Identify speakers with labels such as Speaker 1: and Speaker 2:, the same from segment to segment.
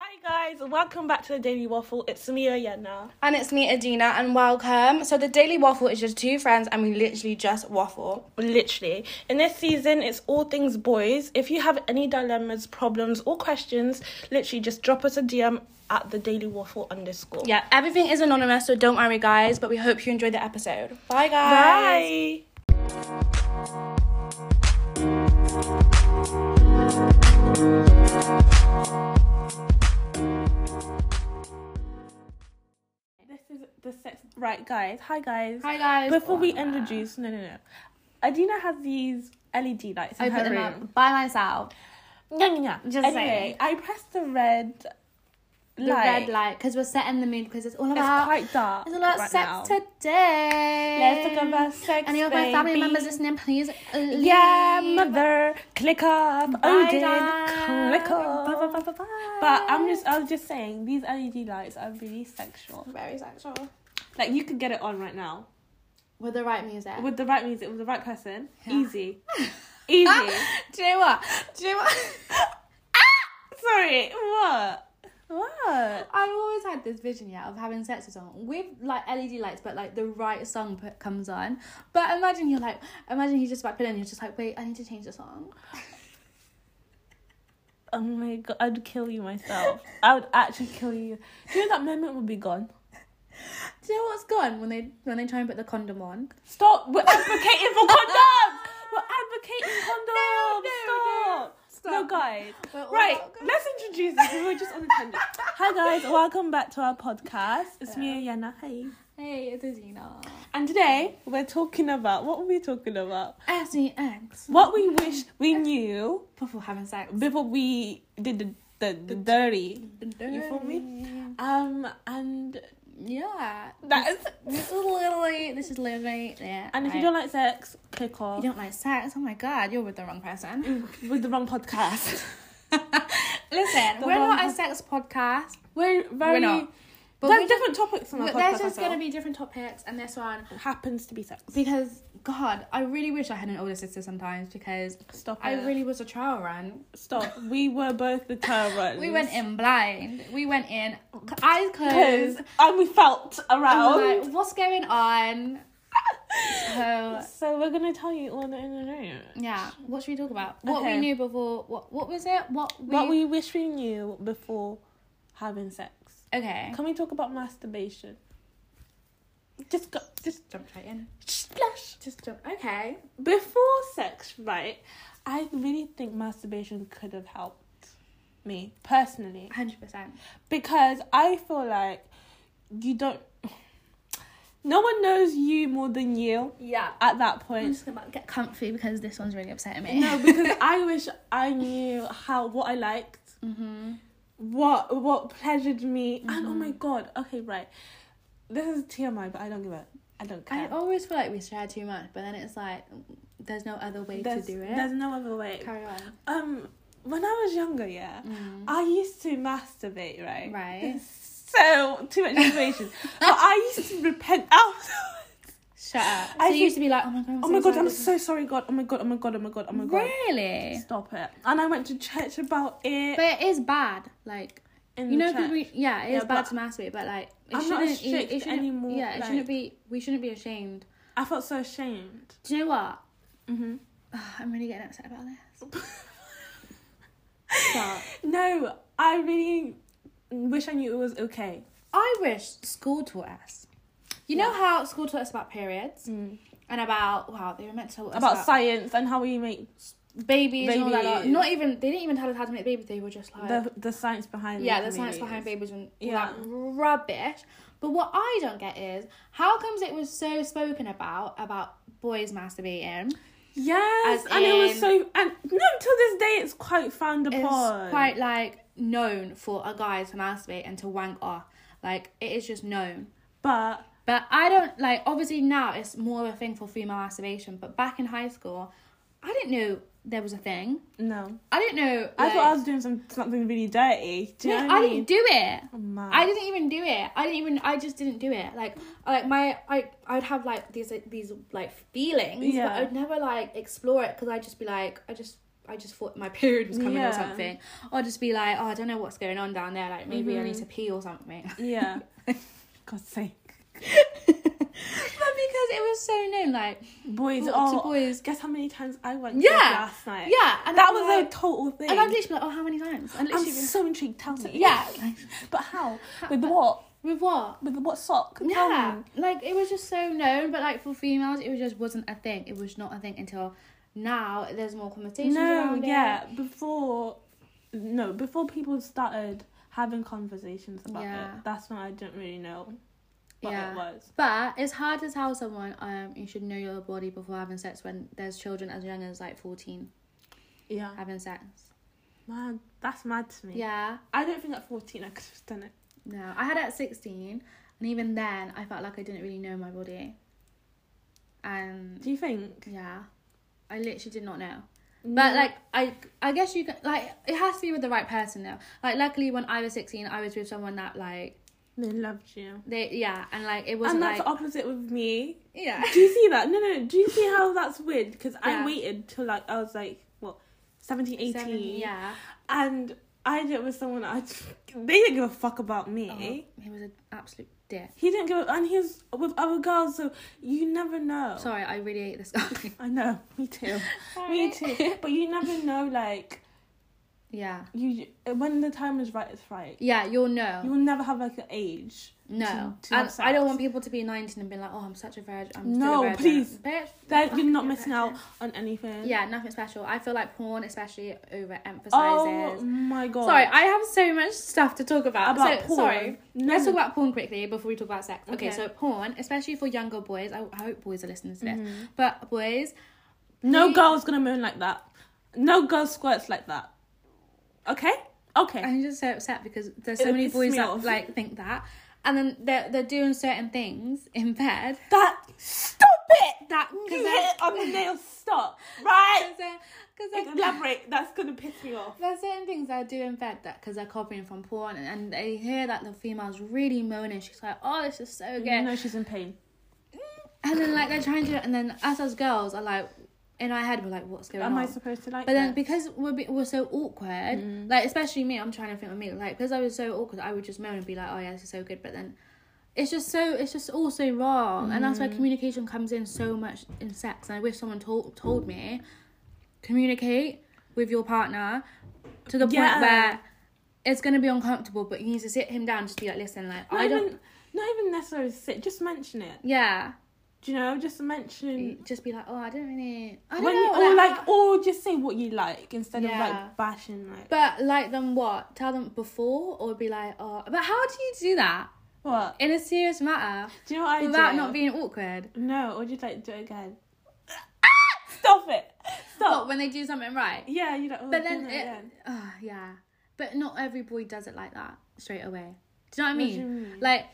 Speaker 1: Hi guys, welcome back to the Daily Waffle. It's me, Yana.
Speaker 2: And it's me, Adina, and welcome. So the Daily Waffle is just two friends, and we literally just waffle.
Speaker 1: Literally. In this season, it's all things boys. If you have any dilemmas, problems, or questions, literally just drop us a DM at the Daily Waffle underscore.
Speaker 2: Yeah, everything is anonymous, so don't worry, guys. But we hope you enjoy the episode. Bye, guys.
Speaker 1: Bye. This is the sex. Right, guys. Hi, guys.
Speaker 2: Hi, guys.
Speaker 1: Before we introduce, no, no, no. Adina has these LED lights in
Speaker 2: I
Speaker 1: her
Speaker 2: put them
Speaker 1: room.
Speaker 2: up by myself.
Speaker 1: Yeah, yeah, yeah.
Speaker 2: Just
Speaker 1: anyway,
Speaker 2: saying.
Speaker 1: I pressed the red
Speaker 2: The red light, because we're setting the mood, because it's all
Speaker 1: It's
Speaker 2: about
Speaker 1: quite dark.
Speaker 2: it's all about
Speaker 1: right
Speaker 2: sex
Speaker 1: now.
Speaker 2: today.
Speaker 1: Let's talk about sex.
Speaker 2: Any of my family
Speaker 1: baby.
Speaker 2: members listening, please. uh, Leave.
Speaker 1: Yeah, mother, click up.
Speaker 2: Bye,
Speaker 1: Odin,
Speaker 2: guys.
Speaker 1: click
Speaker 2: Bye, bye, bye,
Speaker 1: up.
Speaker 2: bye, bye.
Speaker 1: But I'm just, I was just saying, these LED lights are really sexual.
Speaker 2: very sexual
Speaker 1: Like you could get it on right now
Speaker 2: with the right music.
Speaker 1: with the right music, with the right person.
Speaker 2: Yeah.
Speaker 1: Easy, easy.
Speaker 2: Do you know what? Do you know what?
Speaker 1: Sorry, what? What?
Speaker 2: I've always had this vision, yeah, of having sex with someone with like LED lights, but like the right song put, comes on. But imagine you're like, imagine he's just about to put in, you're just like, wait, I need to change the song.
Speaker 1: Oh my god, I'd kill you myself. I would actually kill you. Do you know that moment would be gone?
Speaker 2: Do you know what's gone when they when they try and put the condom on?
Speaker 1: Stop! We're advocating for condoms! We're advocating condoms!
Speaker 2: No, no,
Speaker 1: Stop!
Speaker 2: no.
Speaker 1: No,
Speaker 2: Stop.
Speaker 1: guys.
Speaker 2: We're all
Speaker 1: Right,
Speaker 2: about-
Speaker 1: let's introduce this. We were just on a tangent. Hi, guys. Welcome back to our podcast. It's me, Yana. Hey.
Speaker 2: Hey, it's Azina.
Speaker 1: And today, we're talking about what were we talking about?
Speaker 2: Ask me eggs
Speaker 1: What we wish we knew
Speaker 2: before having sex.
Speaker 1: before we did the, the, the dirty.
Speaker 2: You
Speaker 1: feel Um, and
Speaker 2: Yeah.
Speaker 1: that's.
Speaker 2: This is literally this is literally yeah.
Speaker 1: And if you
Speaker 2: I-
Speaker 1: don't like sex, click
Speaker 2: you
Speaker 1: off
Speaker 2: don't like sex, oh my god, you're with the wrong person.
Speaker 1: with the wrong podcast.
Speaker 2: Listen,
Speaker 1: The
Speaker 2: we're
Speaker 1: wrong
Speaker 2: not a
Speaker 1: pod-
Speaker 2: sex podcast.
Speaker 1: We're very.
Speaker 2: We're not. But
Speaker 1: There's
Speaker 2: we just-
Speaker 1: different topics on our
Speaker 2: But
Speaker 1: podcast.
Speaker 2: there's just
Speaker 1: I
Speaker 2: going to
Speaker 1: feel.
Speaker 2: be different topics, and this one
Speaker 1: happens to be sex.
Speaker 2: because God, I really wish I had an older sister sometimes because
Speaker 1: Stop.
Speaker 2: I
Speaker 1: it.
Speaker 2: really was a trial run.
Speaker 1: stop. We were both the tyrants.
Speaker 2: We went in blind. We went in c- eyes
Speaker 1: because
Speaker 2: closed.
Speaker 1: and we felt
Speaker 2: I
Speaker 1: around.
Speaker 2: was like, what's going on? So
Speaker 1: so we're gonna tell you all the in a row.
Speaker 2: yeah, what should we talk about? What
Speaker 1: Okay.
Speaker 2: we knew before? What what was it? What we?
Speaker 1: What we wish we knew before having sex.
Speaker 2: okay.
Speaker 1: Can we talk about masturbation? Just go, just
Speaker 2: Jump right in.
Speaker 1: splash.
Speaker 2: Just jump. Okay.
Speaker 1: Before sex, right? I really think masturbation could have helped me personally.
Speaker 2: Hundred percent.
Speaker 1: because I feel like you don't. No one knows you more than you
Speaker 2: Yeah.
Speaker 1: at that
Speaker 2: I'm
Speaker 1: point.
Speaker 2: just about to get comfy because this one's really upsetting me.
Speaker 1: No, because I wish I knew how what I liked,
Speaker 2: hmm
Speaker 1: what what pleasured me, and oh my
Speaker 2: Mm-hmm.
Speaker 1: god, okay, right. This is TMI, but I don't give a, I don't
Speaker 2: I
Speaker 1: care.
Speaker 2: always feel like we share too much, but then it's like there's no other way
Speaker 1: there's,
Speaker 2: to do it.
Speaker 1: there's no other way.
Speaker 2: Carry on.
Speaker 1: Um, when I was younger, yeah, I used to masturbate, right?
Speaker 2: Right.
Speaker 1: So too much information, but I used to repent afterwards.
Speaker 2: Shut up.
Speaker 1: I
Speaker 2: I so you used to be like, oh my god, I'm
Speaker 1: Oh
Speaker 2: so
Speaker 1: my god,
Speaker 2: sorry,
Speaker 1: I'm
Speaker 2: this is-
Speaker 1: so sorry, God. Oh my god, oh my god, oh my god, oh my god.
Speaker 2: Really?
Speaker 1: Stop it. And I went to church about it.
Speaker 2: But it is bad. Like
Speaker 1: in
Speaker 2: you
Speaker 1: the
Speaker 2: know,
Speaker 1: church.
Speaker 2: people, yeah, it
Speaker 1: Yeah,
Speaker 2: is bad
Speaker 1: but
Speaker 2: to masturbate, but like it
Speaker 1: I'm not
Speaker 2: shouldn't. it-
Speaker 1: strict
Speaker 2: it shouldn't
Speaker 1: anymore,
Speaker 2: Yeah, it
Speaker 1: like-
Speaker 2: shouldn't be. We shouldn't be ashamed.
Speaker 1: I felt so ashamed.
Speaker 2: Do you know what? Mm-hmm.
Speaker 1: hmm
Speaker 2: Ugh, I'm really getting upset about this. Stop.
Speaker 1: No, I really wish I knew it was okay.
Speaker 2: I wish school taught us. You know how school taught us about periods and about wow, they were meant to tell us
Speaker 1: About science and how we make
Speaker 2: babies, and all that. lot.
Speaker 1: Babies.
Speaker 2: Not even they didn't even tell us how to make babies. They were just like
Speaker 1: the the science behind
Speaker 2: yeah, the
Speaker 1: making
Speaker 2: science
Speaker 1: babies.
Speaker 2: behind babies and all
Speaker 1: Yeah.
Speaker 2: that rubbish. But what I don't get is how comes it was so spoken about about boys masturbating?
Speaker 1: Yes,
Speaker 2: As
Speaker 1: and it was
Speaker 2: in-
Speaker 1: so and no, till this day it's quite frowned
Speaker 2: It's
Speaker 1: upon.
Speaker 2: quite like known for a guy to masturbate and to wank off. Like it is just known.
Speaker 1: But
Speaker 2: But I don't like obviously now it's more of a thing for female masturbation. But back in high school, I didn't know there was a thing.
Speaker 1: no,
Speaker 2: I didn't know.
Speaker 1: I
Speaker 2: like-
Speaker 1: thought I was doing some something really dirty. Do you
Speaker 2: No,
Speaker 1: know what
Speaker 2: I
Speaker 1: I mean? Oh,
Speaker 2: didn't do it.
Speaker 1: Mad.
Speaker 2: I didn't even do it. I didn't even. I just didn't do it. Like, like my, I, I'd have like these, like, these like feelings,
Speaker 1: Yeah.
Speaker 2: but I'd never like explore it because I'd just be like, I just I just thought my period was coming
Speaker 1: Yeah.
Speaker 2: or something, or just be like, oh, I don't know what's going on down there. Like maybe I need
Speaker 1: Mhm.
Speaker 2: to pee or something.
Speaker 1: Yeah. God's sake.
Speaker 2: but because it was so known, like
Speaker 1: Boys,
Speaker 2: to
Speaker 1: oh,
Speaker 2: boys,
Speaker 1: guess how many times I went
Speaker 2: Yeah.
Speaker 1: yeah. last night?
Speaker 2: yeah, and
Speaker 1: That
Speaker 2: I'm
Speaker 1: was
Speaker 2: like,
Speaker 1: a total thing.
Speaker 2: And I'd literally be like, oh, how many times? And
Speaker 1: I'm
Speaker 2: literally, be-
Speaker 1: so intrigued. Tell me.
Speaker 2: yeah,
Speaker 1: But how?
Speaker 2: How-
Speaker 1: With
Speaker 2: but-
Speaker 1: what?
Speaker 2: with what?
Speaker 1: With what sock? Tell
Speaker 2: Yeah,
Speaker 1: me.
Speaker 2: like it was just so known, but like for females, it was just wasn't a thing. It was not a thing until now. There's more conversations
Speaker 1: No,
Speaker 2: around it.
Speaker 1: yeah. Before, no, before people started having conversations about
Speaker 2: Yeah.
Speaker 1: it. That's when I didn't really know what
Speaker 2: Yeah.
Speaker 1: it was.
Speaker 2: But it's hard to tell someone um you should know your body before having sex when there's children as young as like fourteen
Speaker 1: Yeah,
Speaker 2: having sex.
Speaker 1: man, that's mad to me.
Speaker 2: Yeah.
Speaker 1: I don't think at fourteen I could have done it.
Speaker 2: No, I had it at sixteen, and even then I felt like I didn't really know my body. And
Speaker 1: Do you think?
Speaker 2: yeah, I literally did not know.
Speaker 1: No.
Speaker 2: But like I, I guess you can like it has to be with the right person though. Like luckily when I was sixteen, I was with someone that like
Speaker 1: they loved you.
Speaker 2: they yeah, and like it
Speaker 1: And
Speaker 2: wasn't
Speaker 1: that's
Speaker 2: like
Speaker 1: opposite with me.
Speaker 2: yeah
Speaker 1: Do you see that? No, no. Do you see how that's weird? Because
Speaker 2: Yeah.
Speaker 1: I waited till like I was like what, 17, 18.
Speaker 2: Seven- yeah.
Speaker 1: and I did it with someone I they didn't give a fuck about me.
Speaker 2: Oh, he was an absolute dick.
Speaker 1: He didn't give a, and he was with other girls, so you never know.
Speaker 2: Sorry, I really hate this guy.
Speaker 1: I know, me too, me too. But you never know, like
Speaker 2: yeah,
Speaker 1: you when the time is right, it's right.
Speaker 2: yeah, you'll know.
Speaker 1: You will never have like an age.
Speaker 2: no,
Speaker 1: to- to have
Speaker 2: and I don't
Speaker 1: sex.
Speaker 2: want people to be nineteen and be like, oh, I'm such a virgin.
Speaker 1: No,
Speaker 2: I'm still a virgin.
Speaker 1: please.
Speaker 2: Bitch,
Speaker 1: That you're
Speaker 2: fucking
Speaker 1: not
Speaker 2: a
Speaker 1: missing
Speaker 2: virgin.
Speaker 1: out on anything.
Speaker 2: Yeah, nothing special. I feel like porn, especially, overemphasizes.
Speaker 1: Oh my god.
Speaker 2: Sorry, I have so much stuff to talk about.
Speaker 1: about
Speaker 2: so,
Speaker 1: porn.
Speaker 2: Sorry.
Speaker 1: No.
Speaker 2: Let's talk about porn quickly before we talk about sex.
Speaker 1: Mm.
Speaker 2: Okay,
Speaker 1: Okay.
Speaker 2: so porn, especially for younger boys, I, I hope boys are listening to this,
Speaker 1: Mm-hmm.
Speaker 2: but boys,
Speaker 1: no
Speaker 2: Please.
Speaker 1: girl's gonna moan like that. No girl squirts like that. Okay. Okay.
Speaker 2: I'm just so upset because there's so
Speaker 1: It
Speaker 2: many
Speaker 1: pisses
Speaker 2: boys
Speaker 1: me
Speaker 2: that
Speaker 1: off.
Speaker 2: like think that, and then they're they're doing certain things in bed.
Speaker 1: that. Stop it.
Speaker 2: That
Speaker 1: You
Speaker 2: because
Speaker 1: hit it on the nail. Stop. Right.
Speaker 2: because they're
Speaker 1: Elaborate. That's gonna piss me off.
Speaker 2: There's certain things I do in bed that because they're copying from porn, and, and they hear that the female's really moaning. She's like, "Oh, this is so good,"
Speaker 1: No, she's in pain.
Speaker 2: and then like they're trying to, and then us as girls are like, in our head we're like, "What's going
Speaker 1: Am
Speaker 2: on?"
Speaker 1: I supposed to like?
Speaker 2: But then
Speaker 1: that?
Speaker 2: because we're be, we're so awkward,
Speaker 1: Mm.
Speaker 2: like especially me, I'm trying to think of me, like because I was so awkward, I would just moan and be like, "Oh yeah, this is so good," but then it's just so it's just all so wrong, and that's where
Speaker 1: Mm.
Speaker 2: communication comes in so much in sex. And I wish someone told told me communicate with your partner to the point
Speaker 1: Yeah.
Speaker 2: where it's gonna be uncomfortable, but you need to sit him down, and just be like, "Listen, like
Speaker 1: not
Speaker 2: I
Speaker 1: even,
Speaker 2: don't,
Speaker 1: not even necessarily sit. Just mention it.
Speaker 2: yeah."
Speaker 1: Do you know? Just mention.
Speaker 2: Just be like, oh, I don't really, I don't
Speaker 1: When you,
Speaker 2: know,
Speaker 1: or
Speaker 2: like,
Speaker 1: like, or just say what you like instead of
Speaker 2: Yeah.
Speaker 1: like bashing like
Speaker 2: but like them what? Tell them before, or be like, oh, but how do you do that?
Speaker 1: what?
Speaker 2: in a serious matter
Speaker 1: Do you know what I
Speaker 2: without
Speaker 1: do?
Speaker 2: not being awkward.
Speaker 1: No, or just like do it again. Ah! Stop it! Stop.
Speaker 2: But when they do something right.
Speaker 1: yeah, you like. Oh,
Speaker 2: But then
Speaker 1: do it
Speaker 2: it,
Speaker 1: again.
Speaker 2: oh, yeah. But not every boy does it like that straight away. Do you know what I
Speaker 1: What do
Speaker 2: mean?
Speaker 1: you mean?
Speaker 2: Like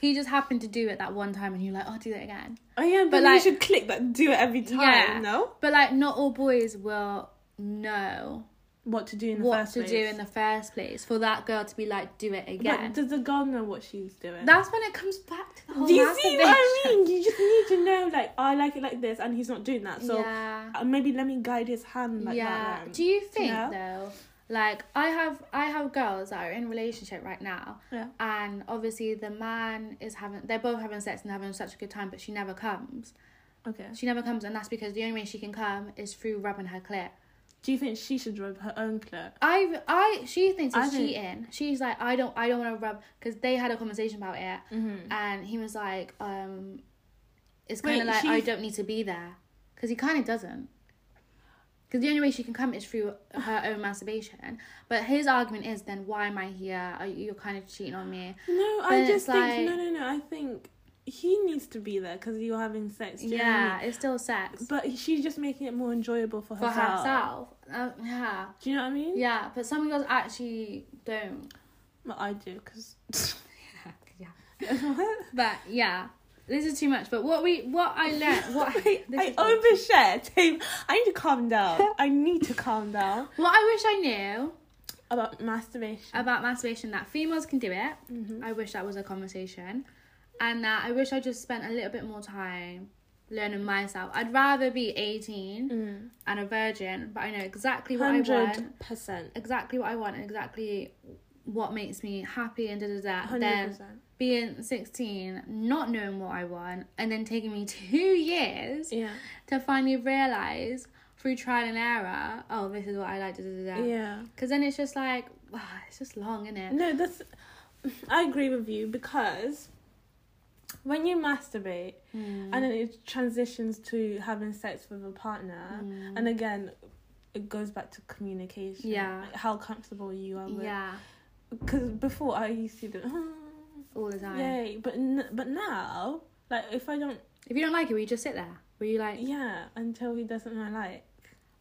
Speaker 2: he just happened to do it that one time, and you're like, "Oh, do that again."
Speaker 1: Oh yeah, but,
Speaker 2: But,
Speaker 1: then
Speaker 2: like-
Speaker 1: you should click that. Do it every time.
Speaker 2: Yeah.
Speaker 1: No.
Speaker 2: But like, not all boys will know
Speaker 1: What to do in the
Speaker 2: what
Speaker 1: first
Speaker 2: to
Speaker 1: place.
Speaker 2: do in the first place for that girl to be like, "Do it again."
Speaker 1: But does the girl know what she's doing?
Speaker 2: That's when it comes back to the whole.
Speaker 1: Do you see what I
Speaker 2: masturbation.
Speaker 1: mean? You just need to know, like, oh, I like it like this, and he's not doing that. So
Speaker 2: yeah.
Speaker 1: uh, maybe let me guide his hand like
Speaker 2: yeah.
Speaker 1: that. then.
Speaker 2: Do you think
Speaker 1: know?
Speaker 2: though? Like I have, I have girls that are in relationship right now,
Speaker 1: Yeah.
Speaker 2: and obviously the man is having, they're both having sex and having such a good time, but she never comes.
Speaker 1: Okay.
Speaker 2: She never comes, and that's because the only way she can come is through rubbing her clit.
Speaker 1: Do you think she should rub her own clit?
Speaker 2: I, I, she thinks
Speaker 1: I
Speaker 2: it's
Speaker 1: don't-
Speaker 2: cheating. She's like, I don't, I don't want to rub, because they had a conversation about it,
Speaker 1: Mm-hmm.
Speaker 2: and he was like, um, it's
Speaker 1: Wait,
Speaker 2: kind of like I
Speaker 1: she's-
Speaker 2: don't need to be there, because he kind of doesn't. Because the only way she can come is through her own masturbation. But his argument is, then why am I here? Are you, you're kind of cheating on me.
Speaker 1: No, I just
Speaker 2: But it's
Speaker 1: think
Speaker 2: like-
Speaker 1: no, no, no. I think he needs to be there because you're having sex. do you know what I
Speaker 2: Yeah, it's still sex
Speaker 1: mean? But she's just making it more enjoyable for
Speaker 2: for
Speaker 1: herself.
Speaker 2: herself. Um, yeah,
Speaker 1: Do you know what I mean?
Speaker 2: yeah. But some girls actually don't.
Speaker 1: Well, I do because.
Speaker 2: yeah. But yeah, this is too much. But what we, what I learned, what
Speaker 1: Wait,
Speaker 2: this
Speaker 1: I
Speaker 2: is-
Speaker 1: overshare, Dave. I need to calm down. I need to calm down
Speaker 2: what I wish I knew
Speaker 1: about masturbation.
Speaker 2: about masturbation that females can do it.
Speaker 1: Mhm.
Speaker 2: I wish that was a conversation, and that I wish I just spent a little bit more time learning myself. I'd rather be 18 and a virgin, but I know exactly what I want,
Speaker 1: Mm. Hundred percent.
Speaker 2: exactly what I want, and exactly what makes me happy and da da da.
Speaker 1: Hundred
Speaker 2: Then
Speaker 1: percent.
Speaker 2: being 16, not knowing what I want, and then taking me two years
Speaker 1: Yeah.
Speaker 2: to finally realize through trial and error, oh, this is what I like, da da da.
Speaker 1: Yeah.
Speaker 2: Because then it's just like, wow, it's just long, isn't it?
Speaker 1: No, that's. I agree with you because when you masturbate
Speaker 2: Mm.
Speaker 1: and then it transitions to having sex with a partner,
Speaker 2: Mm.
Speaker 1: and again, it goes back to communication.
Speaker 2: Yeah.
Speaker 1: like how comfortable you are with.
Speaker 2: Yeah,
Speaker 1: Because before I used to do,
Speaker 2: all the time.
Speaker 1: yay, but n- but now, like if I don't,
Speaker 2: If you don't like it, will you just sit there? Will you like,
Speaker 1: yeah, until he doesn't know I like.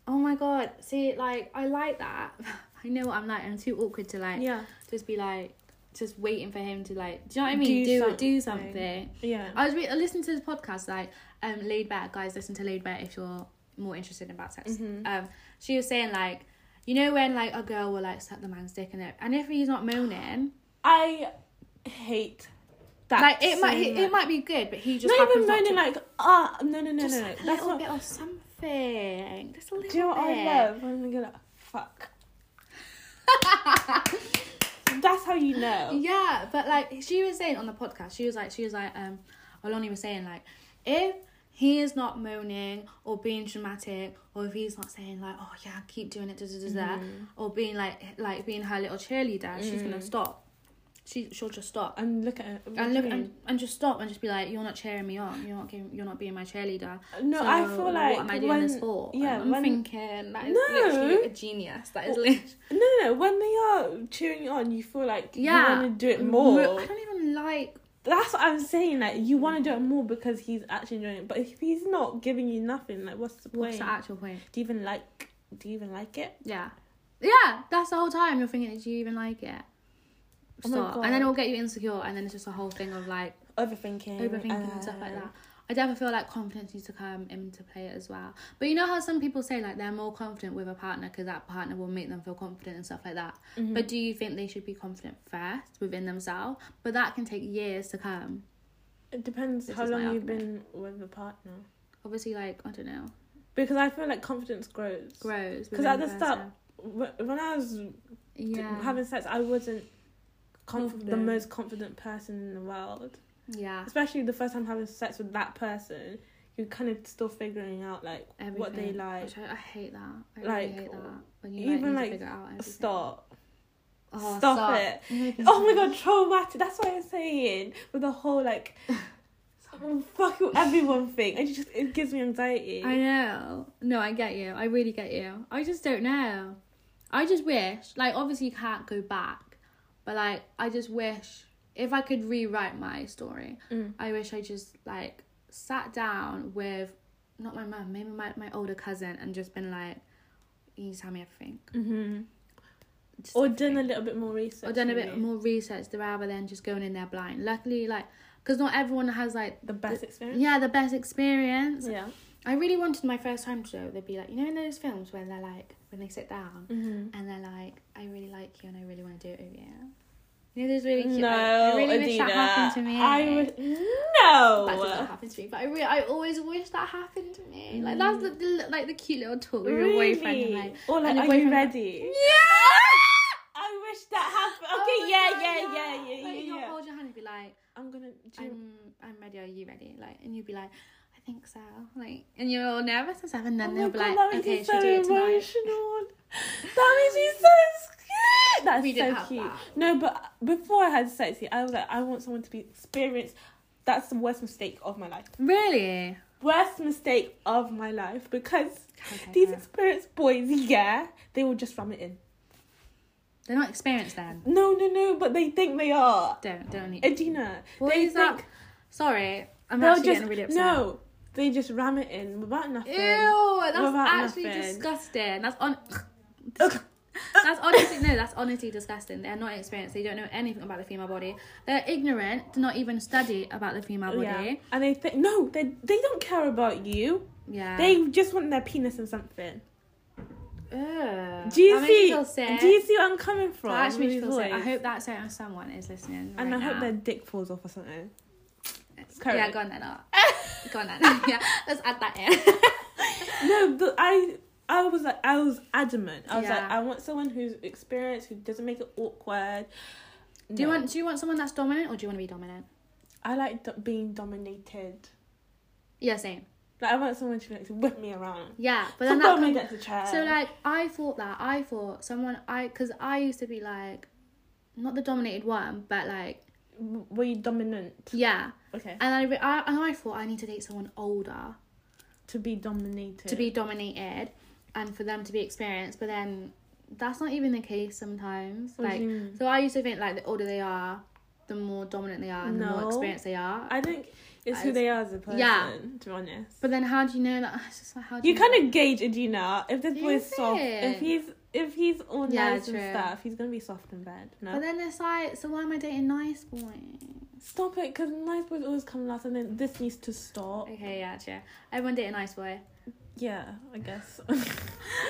Speaker 2: oh my god, see, like, I like that. I know what I'm like. I'm too awkward to like,
Speaker 1: Yeah,
Speaker 2: just be like, just waiting for him to like, do you know what I mean?
Speaker 1: Do
Speaker 2: Do do something.
Speaker 1: something. yeah.
Speaker 2: I was re- I listened to this podcast like um laid back guys listen to laid back if you're more interested about sex.
Speaker 1: Mhm.
Speaker 2: Um, she was saying like, you know when like a girl will like suck the man's dick and it, and if he's not moaning,
Speaker 1: I hate that.
Speaker 2: like it might
Speaker 1: so
Speaker 2: it,
Speaker 1: much.
Speaker 2: it might be good, but he just
Speaker 1: not even
Speaker 2: happens
Speaker 1: moaning
Speaker 2: not
Speaker 1: like ah no no
Speaker 2: to,
Speaker 1: no
Speaker 2: just
Speaker 1: no.
Speaker 2: like a
Speaker 1: That's
Speaker 2: little
Speaker 1: what.
Speaker 2: bit of something. Just a little
Speaker 1: Do you know what
Speaker 2: bit.
Speaker 1: I love? When they go like fuck. That's how you know.
Speaker 2: Yeah, but like she was saying on the podcast, she was like, she was like, um, Aloni was saying like, if he is not moaning or being dramatic, or if he's not saying like, oh yeah, keep doing it, da da da, da,"
Speaker 1: Mm-hmm.
Speaker 2: or being like, like being her little cheerleader, she's
Speaker 1: Mm.
Speaker 2: gonna stop. She she'll just stop
Speaker 1: And look at it. what
Speaker 2: and
Speaker 1: do
Speaker 2: look
Speaker 1: you
Speaker 2: and,
Speaker 1: mean?
Speaker 2: and just stop and just be like, you're not cheering me on, you're not giving, you're not being my cheerleader.
Speaker 1: no,
Speaker 2: So
Speaker 1: I feel like
Speaker 2: what am I doing
Speaker 1: when
Speaker 2: this for?
Speaker 1: yeah,
Speaker 2: And I'm
Speaker 1: when-
Speaker 2: thinking that is
Speaker 1: No.
Speaker 2: literally a genius. That is literally.
Speaker 1: no, no, when they are cheering you on, you feel like
Speaker 2: Yeah.
Speaker 1: you want to do it
Speaker 2: I
Speaker 1: more.
Speaker 2: don't even like
Speaker 1: That's what I'm saying. Like you want to do it more because he's actually enjoying it. But if he's not giving you nothing, like what's the
Speaker 2: what's
Speaker 1: point?
Speaker 2: the actual point.
Speaker 1: do you even like? Do you even like it?
Speaker 2: Yeah. Yeah, that's the whole time you're thinking, did you even like it?
Speaker 1: Oh my
Speaker 2: Stop.
Speaker 1: God.
Speaker 2: and then it'll get you insecure, and then it's just a whole thing of like
Speaker 1: Overthinking,
Speaker 2: overthinking and stuff
Speaker 1: uh,
Speaker 2: like that. I definitely feel like confidence needs to come into play as well. But you know how some people say like they're more confident with a partner because that partner will make them feel confident and stuff like that.
Speaker 1: Mm-hmm.
Speaker 2: But do you think they should be confident first within themselves? But that can take years to come.
Speaker 1: It depends
Speaker 2: This
Speaker 1: how
Speaker 2: is my
Speaker 1: long you've been with a partner.
Speaker 2: Obviously, like I don't know,
Speaker 1: Because I feel like confidence grows.
Speaker 2: grows.
Speaker 1: 'Cause
Speaker 2: within
Speaker 1: at the
Speaker 2: person.
Speaker 1: start- Wh- When I was d-
Speaker 2: yeah,
Speaker 1: having sex, I wasn't conf- the
Speaker 2: Confident.
Speaker 1: most confident person in the world.
Speaker 2: yeah,
Speaker 1: Especially the first time having sex with that person, you're kind of still figuring out like what they
Speaker 2: Everything.
Speaker 1: like.
Speaker 2: Which I, I hate that. I
Speaker 1: Like,
Speaker 2: really hate that. When you
Speaker 1: even,
Speaker 2: even
Speaker 1: like,
Speaker 2: like, need to figure out everything.
Speaker 1: Stop.
Speaker 2: Oh,
Speaker 1: Stop it. Oh my god, traumatic. That's what I'm saying. With the whole like, fuck you, everyone thing. It just it gives me anxiety.
Speaker 2: I know. No, I get you. I really get you. I just don't know. I just wish, like, obviously you can't go back, but like, I just wish if I could rewrite my story,
Speaker 1: Mm.
Speaker 2: I wish I just like sat down with not my mum, maybe my my older cousin, and just been like, you need to tell me everything.
Speaker 1: Mm-hmm.
Speaker 2: Just
Speaker 1: Or
Speaker 2: everything.
Speaker 1: done a little bit more research.
Speaker 2: or done a bit
Speaker 1: maybe.
Speaker 2: more research rather than just going in there blind. Luckily, like, because not everyone has like
Speaker 1: The best experience.
Speaker 2: yeah the best experience.
Speaker 1: Yeah.
Speaker 2: I really wanted my first time to go. They'd be like, you know, in those films where they're like when they sit down
Speaker 1: Mm-hmm.
Speaker 2: and they're like, I really like you and I really want to do it with you. You know, those really cute. like,
Speaker 1: No,
Speaker 2: I really wish that
Speaker 1: Adina.
Speaker 2: happened to me.
Speaker 1: I oh. would
Speaker 2: That did not
Speaker 1: no.
Speaker 2: happen to me, but I really, I always wish that happened to me.
Speaker 1: Mm.
Speaker 2: Like that's the, the like the cute little talk with your boyfriend. And, like,
Speaker 1: or like,
Speaker 2: and your
Speaker 1: are you
Speaker 2: boyfriend-
Speaker 1: ready?
Speaker 2: yeah.
Speaker 1: I wish that happened. Okay,
Speaker 2: Oh my
Speaker 1: yeah,
Speaker 2: God,
Speaker 1: yeah, yeah, yeah,
Speaker 2: Like,
Speaker 1: yeah,
Speaker 2: you'll
Speaker 1: yeah.
Speaker 2: hold your hand and be like,
Speaker 1: I'm gonna. Do you-
Speaker 2: I'm, I'm ready. Are you ready? Like, and you'd be like, I think so. Like, and you're all nervous and stuff. And then
Speaker 1: oh my
Speaker 2: they'll
Speaker 1: God,
Speaker 2: be
Speaker 1: that
Speaker 2: like,
Speaker 1: makes
Speaker 2: okay,
Speaker 1: me
Speaker 2: should we
Speaker 1: so
Speaker 2: do it tonight?
Speaker 1: emotional. that makes me so scared. That's
Speaker 2: We
Speaker 1: so
Speaker 2: didn't have
Speaker 1: cute.
Speaker 2: that.
Speaker 1: No, but before I had sex, I was like, I want someone to be experienced. That's the worst mistake of my life.
Speaker 2: Really?
Speaker 1: Worst mistake of my life because
Speaker 2: Okay,
Speaker 1: these
Speaker 2: fair.
Speaker 1: experienced boys, yeah, they will just ram it in.
Speaker 2: They're not experienced then.
Speaker 1: No, no, no, but they think they are.
Speaker 2: Don't, don't need.
Speaker 1: Adina.
Speaker 2: What
Speaker 1: they
Speaker 2: is that? Sorry, I'm
Speaker 1: They'll
Speaker 2: actually
Speaker 1: just.
Speaker 2: getting really upset.
Speaker 1: no, they just ram it in without
Speaker 2: Ew,
Speaker 1: nothing.
Speaker 2: that's
Speaker 1: Without
Speaker 2: actually
Speaker 1: nothing.
Speaker 2: disgusting. That's on. that's honestly no. That's honestly disgusting. They're not experienced. They don't know anything about the female body. They're ignorant. Do not even study about the female body.
Speaker 1: Yeah. And they think, no, they, they don't care about you.
Speaker 2: Yeah.
Speaker 1: They just want their penis and something.
Speaker 2: Ugh.
Speaker 1: Do you
Speaker 2: That makes me
Speaker 1: see?
Speaker 2: feel sick.
Speaker 1: Do you see where I'm coming from?
Speaker 2: That actually makes me
Speaker 1: with
Speaker 2: feel
Speaker 1: these
Speaker 2: sick. I
Speaker 1: boys?
Speaker 2: hope that certain someone is listening.
Speaker 1: And
Speaker 2: right
Speaker 1: I hope
Speaker 2: now.
Speaker 1: their dick falls off or something.
Speaker 2: Yeah,
Speaker 1: correct.
Speaker 2: go on then. Art. go on then. yeah, let's add that in.
Speaker 1: No, but I I was like I was adamant. I was
Speaker 2: Yeah.
Speaker 1: like I want someone who's experienced, who doesn't make it awkward.
Speaker 2: Do you
Speaker 1: No.
Speaker 2: want Do you want someone that's dominant or do you want to be dominant?
Speaker 1: I like do- being dominated.
Speaker 2: Yeah, same.
Speaker 1: Like I want someone to like to whip me around.
Speaker 2: Yeah, but
Speaker 1: But
Speaker 2: then
Speaker 1: then
Speaker 2: that
Speaker 1: me
Speaker 2: comes,
Speaker 1: gets a chair.
Speaker 2: so like I thought that I thought someone I because I used to be like not the dominated one, but like
Speaker 1: W- were you dominant?
Speaker 2: yeah,
Speaker 1: Okay.
Speaker 2: and I, re- I and I thought I need to date someone older
Speaker 1: To be dominated.
Speaker 2: to be dominated and for them to be experienced, but then that's not even the case sometimes.
Speaker 1: What do
Speaker 2: like
Speaker 1: you mean?
Speaker 2: so, I used to think like the older they are, the more dominant they are and the more
Speaker 1: No.
Speaker 2: experienced they are.
Speaker 1: I think it's who
Speaker 2: As-
Speaker 1: they are as a person.
Speaker 2: Yeah.
Speaker 1: To be honest.
Speaker 2: but then how do you know that? It's just like, how do
Speaker 1: you
Speaker 2: you,
Speaker 1: kind of gauge it, you know. If this
Speaker 2: Do
Speaker 1: boy's
Speaker 2: you
Speaker 1: soft, if
Speaker 2: think?
Speaker 1: he's if he's all
Speaker 2: Yeah,
Speaker 1: nice
Speaker 2: true.
Speaker 1: and stuff, he's gonna be soft in bed. No,
Speaker 2: But then it's like, so why am I dating nice boys?
Speaker 1: stop it, because nice boys always come last, and then this needs to stop.
Speaker 2: Okay, yeah, true. Everyone date a nice boy.
Speaker 1: Yeah, I guess.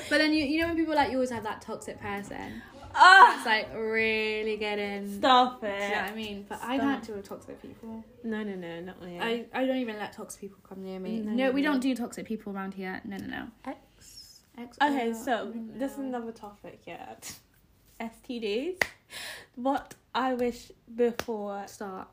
Speaker 2: But then you you know when people like you always have that toxic person.
Speaker 1: Ah,
Speaker 2: It's like really getting.
Speaker 1: stop
Speaker 2: Do you know what
Speaker 1: it.
Speaker 2: I mean? But I
Speaker 1: Stop.
Speaker 2: can't deal with toxic people.
Speaker 1: No, no, no, not me.
Speaker 2: I, I don't even let toxic people come near me.
Speaker 1: No,
Speaker 2: Mm, No,
Speaker 1: no,
Speaker 2: we
Speaker 1: no.
Speaker 2: don't do toxic people around here. No, no, no.
Speaker 1: X.
Speaker 2: Ex-
Speaker 1: Okay,
Speaker 2: oh,
Speaker 1: so
Speaker 2: no.
Speaker 1: this is another topic. Yeah, STDs. What I wish before
Speaker 2: start.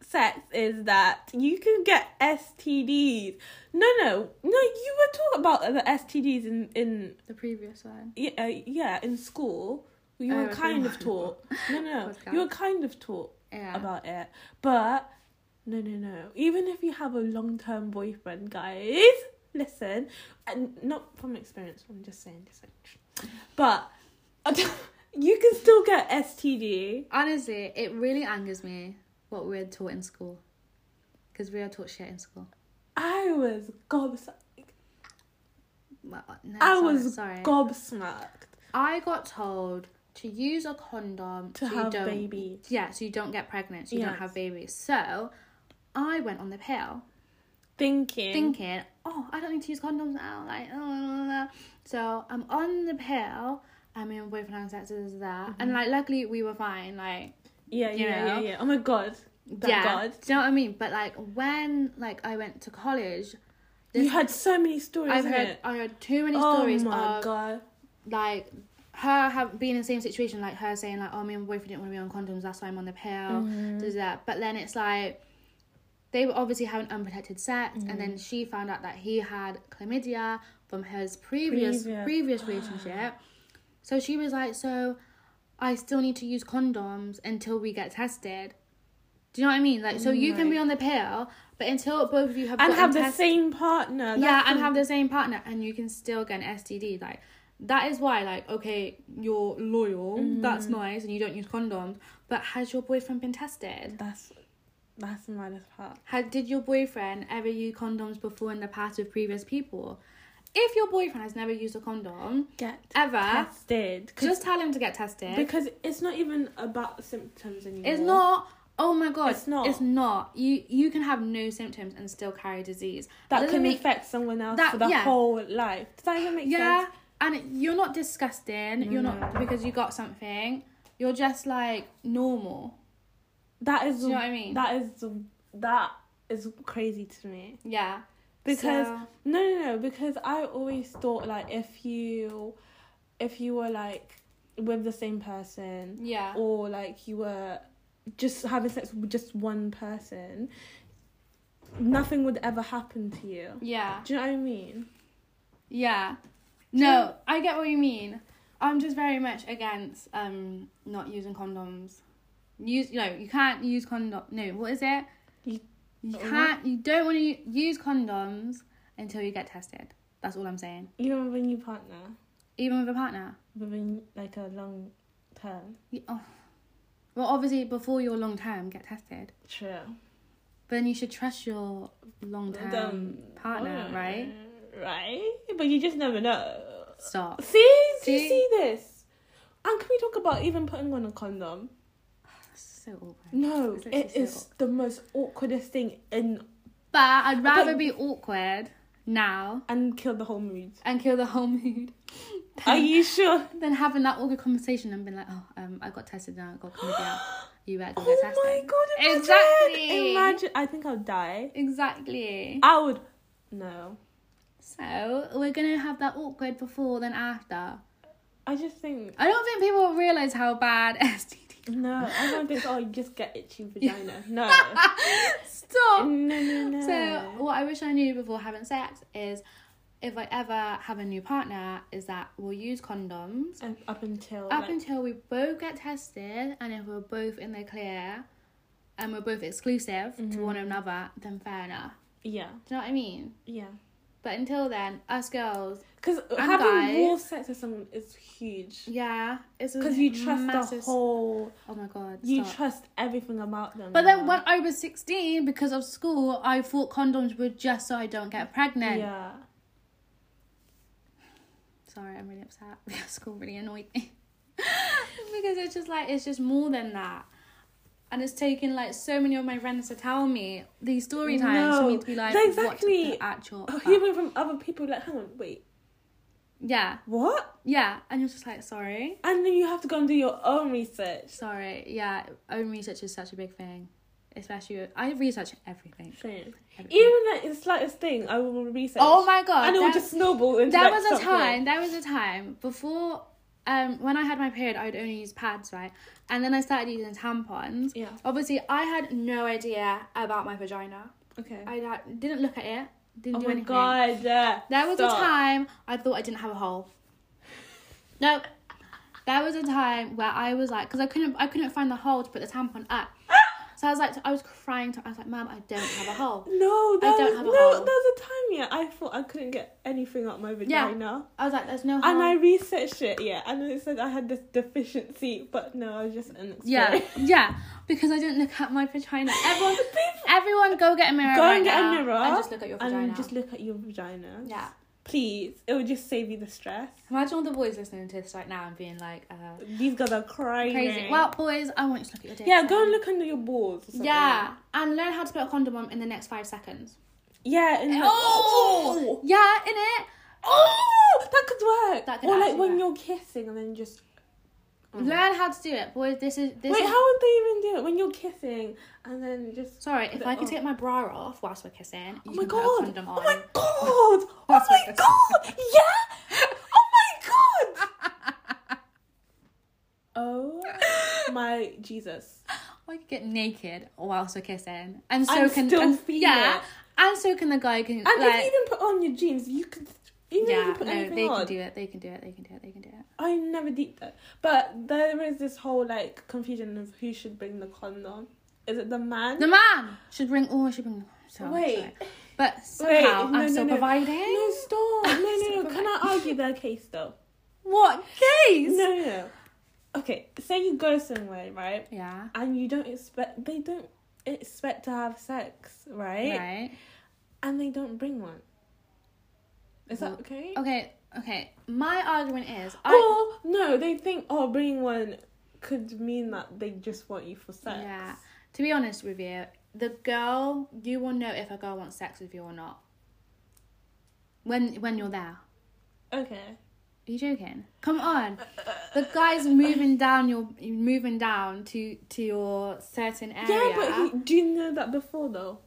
Speaker 1: sex is that you can get STDs. No, no, no. You were talking about the STDs in in
Speaker 2: The previous one.
Speaker 1: yeah, uh, yeah in school. You
Speaker 2: Oh, I
Speaker 1: were
Speaker 2: think
Speaker 1: kind
Speaker 2: I
Speaker 1: of taught. No, no,
Speaker 2: Podcast.
Speaker 1: you were kind of taught
Speaker 2: Yeah.
Speaker 1: about it, but no, no, no. Even if you have a long term boyfriend, guys, listen, and not from experience. I'm just saying, just saying. but you can still get STD.
Speaker 2: Honestly, it really angers me what we're taught in school. Because we are taught shit in school.
Speaker 1: I was gobs.
Speaker 2: Well, no,
Speaker 1: I
Speaker 2: sorry,
Speaker 1: was
Speaker 2: sorry.
Speaker 1: gobsmacked
Speaker 2: I got told to use a condom
Speaker 1: to
Speaker 2: so you
Speaker 1: have
Speaker 2: don't,
Speaker 1: babies.
Speaker 2: Yeah, so you don't get pregnant, so you don't
Speaker 1: Yes.
Speaker 2: have babies. So I went on the pill
Speaker 1: Thinking.
Speaker 2: thinking, oh, I don't need to use condoms now. Like, oh, blah, blah, blah. so I'm on the pill. I mean, boyfriend having sex is that,
Speaker 1: Mm-hmm.
Speaker 2: and like, luckily we were fine. Like,
Speaker 1: yeah,
Speaker 2: you
Speaker 1: yeah,
Speaker 2: know.
Speaker 1: yeah, yeah. Oh my god. Thank
Speaker 2: yeah,
Speaker 1: God.
Speaker 2: do you know what I mean? But like, when like I went to college,
Speaker 1: You
Speaker 2: this-
Speaker 1: had so many stories,
Speaker 2: I've
Speaker 1: innit?
Speaker 2: heard I heard too many
Speaker 1: oh
Speaker 2: stories
Speaker 1: my
Speaker 2: of
Speaker 1: god.
Speaker 2: like her have being in the same situation, like her saying like, "Oh, me and my boyfriend didn't want to be on condoms, that's why I'm on the pill."
Speaker 1: Mm-hmm.
Speaker 2: Does that? But then it's like they were obviously having unprotected sex, and
Speaker 1: Mm-hmm.
Speaker 2: then she found out that he had chlamydia from his previous
Speaker 1: Previous.
Speaker 2: previous, relationship. So she was like, "So I still need to use condoms until we get tested." Do you know what I mean? Like, so you can be on the pill, but until both of you have
Speaker 1: And
Speaker 2: gotten
Speaker 1: have the
Speaker 2: tested-
Speaker 1: same partner.
Speaker 2: yeah
Speaker 1: That's
Speaker 2: and
Speaker 1: the-
Speaker 2: have the same partner and you can still get an std like that is why like okay you're loyal that's
Speaker 1: Mm.
Speaker 2: nice and you don't use condoms but has your boyfriend been tested
Speaker 1: That's that's the maddest part.
Speaker 2: had did your boyfriend ever use condoms before in the past with previous people if your boyfriend has never used a condom
Speaker 1: Get
Speaker 2: ever
Speaker 1: tested. 'Cause-
Speaker 2: just tell him to get tested
Speaker 1: because it's not even about symptoms anymore.
Speaker 2: It's not. Oh my god,
Speaker 1: It's not.
Speaker 2: It's not. You you can have no symptoms and still carry disease.
Speaker 1: That
Speaker 2: doesn't
Speaker 1: can
Speaker 2: make-
Speaker 1: affect someone else
Speaker 2: that-
Speaker 1: for their
Speaker 2: yeah.
Speaker 1: whole life. Does that even make
Speaker 2: yeah
Speaker 1: sense?
Speaker 2: and it- you're not disgusting you're not
Speaker 1: No.
Speaker 2: because you got something you're just like normal
Speaker 1: That is
Speaker 2: Do you know what I mean?
Speaker 1: That is that is crazy to me.
Speaker 2: yeah
Speaker 1: because
Speaker 2: So-
Speaker 1: no no no because i always thought like if you if you were like with the same person
Speaker 2: yeah
Speaker 1: or like you were just having sex with just one person nothing would ever happen to you
Speaker 2: yeah
Speaker 1: do you know what i mean
Speaker 2: yeah no i get what you mean i'm just very much against um not using condoms use no you can't use condom no what is it
Speaker 1: You-
Speaker 2: you
Speaker 1: what?
Speaker 2: can't you don't want to use condoms until you get tested that's all i'm saying
Speaker 1: even when you partner
Speaker 2: even with a partner
Speaker 1: within like a long term
Speaker 2: you, oh. well obviously before your long term get tested
Speaker 1: true
Speaker 2: Then you should trust your long term partner,
Speaker 1: oh,
Speaker 2: right?
Speaker 1: right but you just never know
Speaker 2: Stop.
Speaker 1: see do you
Speaker 2: See?
Speaker 1: see this and can we talk about even putting on a condom
Speaker 2: So awkward.
Speaker 1: No,
Speaker 2: It's
Speaker 1: it
Speaker 2: actually
Speaker 1: is
Speaker 2: so-
Speaker 1: the most awkwardest thing in
Speaker 2: But I'd rather
Speaker 1: But-
Speaker 2: be awkward now
Speaker 1: and kill the whole mood.
Speaker 2: and kill the whole mood
Speaker 1: Are you sure?
Speaker 2: than having that awkward conversation and being like, oh, um, I got tested and I got chlamydia. Are you at
Speaker 1: Oh
Speaker 2: orgastic.
Speaker 1: my god! Imagine,
Speaker 2: Exactly.
Speaker 1: Imagine. I think I'll die.
Speaker 2: Exactly.
Speaker 1: I would. No.
Speaker 2: So we're gonna have that awkward before then after.
Speaker 1: I just think
Speaker 2: I don't think people realize how bad STD.
Speaker 1: no. Everyone thinks oh, you just get itchy vagina. No.
Speaker 2: Stop.
Speaker 1: no. No. No.
Speaker 2: So what I wish I knew before having sex is if I ever have a new partner is that we'll use condoms
Speaker 1: And up until
Speaker 2: up
Speaker 1: like,
Speaker 2: until we both get tested and if we're both in the clear and we're both exclusive to one another, then fair enough.
Speaker 1: yeah,
Speaker 2: Do you know what I mean?
Speaker 1: yeah.
Speaker 2: But until then, us girls,
Speaker 1: Because
Speaker 2: And
Speaker 1: having
Speaker 2: guys.
Speaker 1: raw sex with someone is huge.
Speaker 2: yeah, it's a
Speaker 1: Because you trust the
Speaker 2: massive-
Speaker 1: whole,
Speaker 2: Oh my god!
Speaker 1: you
Speaker 2: stop.
Speaker 1: trust everything about them.
Speaker 2: But then
Speaker 1: now.
Speaker 2: when I was 16, because of school, I thought condoms were just so I don't get pregnant.
Speaker 1: yeah,
Speaker 2: Sorry, I'm really upset. school really annoyed me. because it's just like, it's just more than that. And it's taken like so many of my friends to tell me these story times for me
Speaker 1: No,
Speaker 2: to be like,
Speaker 1: they're
Speaker 2: what
Speaker 1: exactly-
Speaker 2: the actual.
Speaker 1: oh,
Speaker 2: fuck?
Speaker 1: even from other people, like, hang on, wait,
Speaker 2: Yeah,
Speaker 1: what?
Speaker 2: yeah. And you're just like, sorry.
Speaker 1: And then you have to go and do your own research.
Speaker 2: Sorry. Yeah, own research is such a big thing. Especially, I research everything.
Speaker 1: Same.
Speaker 2: everything.
Speaker 1: Even like the slightest thing, I will research.
Speaker 2: oh my god.
Speaker 1: And it will
Speaker 2: that-
Speaker 1: just snowball into
Speaker 2: there
Speaker 1: like,
Speaker 2: was a
Speaker 1: something.
Speaker 2: time there was a time before um when i had my period i would only use pads right and then i started using tampons
Speaker 1: Yeah.
Speaker 2: obviously i had no idea about my vagina
Speaker 1: Okay.
Speaker 2: i had- didn't look at it didn't
Speaker 1: oh
Speaker 2: do
Speaker 1: my
Speaker 2: anything
Speaker 1: god. yeah.
Speaker 2: there was
Speaker 1: Stop.
Speaker 2: a time i thought i didn't have a hole no there was a time where i was like because i couldn't i couldn't find the hole to put the tampon up so i was like i was crying to, i was like mom i don't have a hole
Speaker 1: No, there
Speaker 2: don't
Speaker 1: was,
Speaker 2: have a
Speaker 1: no, there
Speaker 2: hole.
Speaker 1: was a time. Yeah, I thought I couldn't get anything up my vagina,
Speaker 2: i was like there's no hole
Speaker 1: and I researched it. Yeah, and it said I had this deficiency, but no, I was just an
Speaker 2: Yeah, yeah, because I didn't look at my vagina. Everyone, everyone, go get a mirror.
Speaker 1: Go
Speaker 2: right
Speaker 1: and get a
Speaker 2: now
Speaker 1: mirror
Speaker 2: And just look at your vagina.
Speaker 1: and just look at your vagina.
Speaker 2: yeah.
Speaker 1: Please, it would just save you the stress.
Speaker 2: Imagine all the boys listening to this right now and being like, uh,
Speaker 1: These guys are crying.
Speaker 2: crazy. Well, boys, I want you to look at your dick.
Speaker 1: yeah, go and look under your balls. Or something.
Speaker 2: Yeah, and learn how to put a condom on in the next five seconds.
Speaker 1: yeah. And like,
Speaker 2: Oh, yeah, in it.
Speaker 1: Oh, that could work.
Speaker 2: That could
Speaker 1: or like
Speaker 2: actually
Speaker 1: when
Speaker 2: work.
Speaker 1: you're kissing and then just. Mm.
Speaker 2: Learn how to do it, boys. This is this.
Speaker 1: Wait,
Speaker 2: is,
Speaker 1: how would they even do it when you're kissing and then just?
Speaker 2: Sorry, if I could
Speaker 1: Oh.
Speaker 2: take my bra off whilst we're kissing,
Speaker 1: Oh
Speaker 2: you can
Speaker 1: my
Speaker 2: put a
Speaker 1: god!
Speaker 2: condom on.
Speaker 1: Oh my god! Oh my
Speaker 2: That's
Speaker 1: god! Yeah! Oh my god! Oh my Jesus!
Speaker 2: I could get naked whilst we're kissing, and so
Speaker 1: And
Speaker 2: can
Speaker 1: still
Speaker 2: and-
Speaker 1: feel
Speaker 2: yeah,
Speaker 1: it.
Speaker 2: and so can the guy can
Speaker 1: And
Speaker 2: like
Speaker 1: if you didn't put on your jeans, you could even if you
Speaker 2: yeah,
Speaker 1: put
Speaker 2: no,
Speaker 1: anything
Speaker 2: they
Speaker 1: on.
Speaker 2: can do it, they can do it, they can do it, they can do it.
Speaker 1: I never deep that, but there is this whole like confusion of who should bring the condom. Is it the man?
Speaker 2: The man should bring. Oh, should bring. Sorry,
Speaker 1: Wait.
Speaker 2: sorry. but somehow
Speaker 1: Wait,
Speaker 2: I'm
Speaker 1: no, no,
Speaker 2: still
Speaker 1: no.
Speaker 2: providing.
Speaker 1: No, stop! No, no, no.
Speaker 2: Sorry.
Speaker 1: Can I argue their case though?
Speaker 2: What case?
Speaker 1: No, no, no. Okay, say you go somewhere, right?
Speaker 2: Yeah.
Speaker 1: and you don't expect they don't expect to have sex, right?
Speaker 2: Right.
Speaker 1: And they don't bring one. Is that
Speaker 2: Well,
Speaker 1: okay?
Speaker 2: Okay. Okay. My argument is, I
Speaker 1: Or no, they think oh, bringing one could mean that they just want you for sex.
Speaker 2: yeah. To be honest with you, the girl you will know if a girl wants sex with you or not. When when you're there.
Speaker 1: Okay.
Speaker 2: Are you joking? Come on. The guy's moving down your moving down to to your certain area.
Speaker 1: Oh, Yeah, but he, do you know that before though?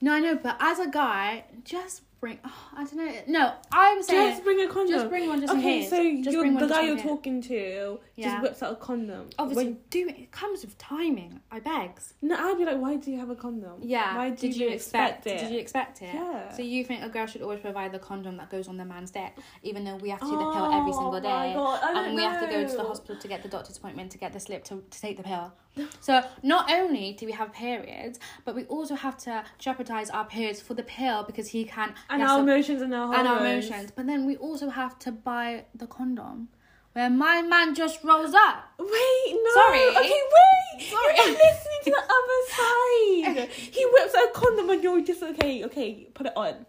Speaker 2: no, I know, but as a guy, just bring oh, I don't know. No, I'm saying
Speaker 1: Just bring a condom.
Speaker 2: just bring one just in
Speaker 1: okay,
Speaker 2: case.
Speaker 1: so
Speaker 2: Just
Speaker 1: you're,
Speaker 2: bring one
Speaker 1: the
Speaker 2: just
Speaker 1: guy
Speaker 2: in
Speaker 1: you're
Speaker 2: case.
Speaker 1: talking to
Speaker 2: Yeah.
Speaker 1: just whips out a condom.
Speaker 2: Obviously,
Speaker 1: When-
Speaker 2: do it. It comes with timing. I begs.
Speaker 1: no, I'd be like, why do you have a condom?
Speaker 2: Yeah.
Speaker 1: Why
Speaker 2: did you expect?
Speaker 1: it?
Speaker 2: Did you expect it?
Speaker 1: Yeah.
Speaker 2: So you think a girl should always provide the condom that goes on the man's dick, even though we have to do the pill every single
Speaker 1: Oh my
Speaker 2: day.
Speaker 1: god, I
Speaker 2: and
Speaker 1: don't
Speaker 2: we have to go to the
Speaker 1: know.
Speaker 2: hospital to get the doctor's appointment to get the slip to, to take the pill. So not only do we have periods, but we also have to jeopardize our periods for the pill because he can
Speaker 1: And
Speaker 2: he has
Speaker 1: our
Speaker 2: to-
Speaker 1: emotions and our
Speaker 2: and our
Speaker 1: hormones.
Speaker 2: emotions. But then we also have to buy the condom, where my man just rolls up.
Speaker 1: Wait, no.
Speaker 2: Sorry.
Speaker 1: Okay, wait.
Speaker 2: Sorry.
Speaker 1: You're listening to the other side. He whips out a condom and you're just okay, okay, put it on.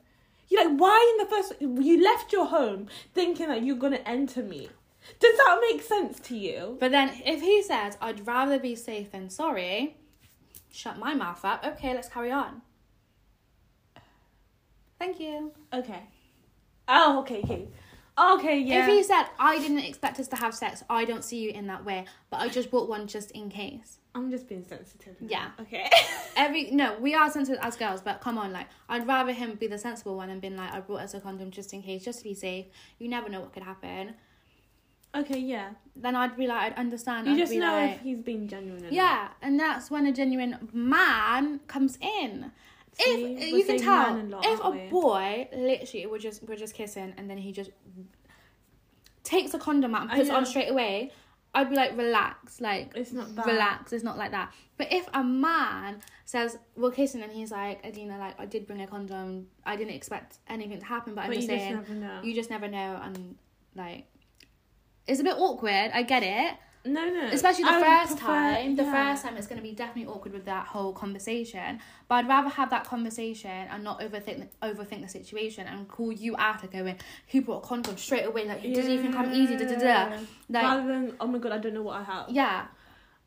Speaker 1: You're like, why in the first you left your home thinking that you're gonna enter me? Does that make sense to you?
Speaker 2: But then if he says, "I'd rather be safe than sorry," shut my mouth up. Okay, let's carry on. Thank you.
Speaker 1: Okay. Oh, okay, okay. Okay, yeah.
Speaker 2: If he said, I didn't expect us to have sex, I don't see you in that way, but I just bought one just in case.
Speaker 1: I'm just being sensitive. now.
Speaker 2: Yeah.
Speaker 1: Okay.
Speaker 2: Every no, we are sensitive as girls, but come on, like I'd rather him be the sensible one and been like, I brought us a condom just in case, just to be safe. You never know what could happen.
Speaker 1: okay, yeah.
Speaker 2: Then I'd be like, I'd understand.
Speaker 1: You
Speaker 2: I'd
Speaker 1: just
Speaker 2: be
Speaker 1: know
Speaker 2: like,
Speaker 1: if he's being genuine. Or not.
Speaker 2: yeah, and that's when a genuine man comes in.
Speaker 1: See,
Speaker 2: if
Speaker 1: we're
Speaker 2: you can
Speaker 1: saying
Speaker 2: tell,
Speaker 1: man a lot,
Speaker 2: if
Speaker 1: aren't
Speaker 2: a
Speaker 1: we?
Speaker 2: boy literally we're just we're just kissing, and then he just takes a condom out and
Speaker 1: I
Speaker 2: puts it on
Speaker 1: know.
Speaker 2: straight away, I'd be like, relax, like
Speaker 1: It's not bad.
Speaker 2: relax. It's not like that. But if a man says we're kissing and he's like, Adina, like I did bring a condom. I didn't expect anything to happen, but, I'm
Speaker 1: but you
Speaker 2: just saying
Speaker 1: just never know.
Speaker 2: you just never know. And like, it's a bit awkward. I get it,
Speaker 1: no, no.
Speaker 2: especially the
Speaker 1: I would
Speaker 2: first
Speaker 1: prefer-
Speaker 2: time. The
Speaker 1: yeah.
Speaker 2: first time it's gonna be definitely awkward with that whole conversation. But I'd rather have that conversation and not overthink overthink the situation and call you after going, who brought a condom straight away? Like you didn't even come easy. Da da da.
Speaker 1: Yeah.
Speaker 2: Like
Speaker 1: Rather than oh my god, I don't know what I have.
Speaker 2: yeah,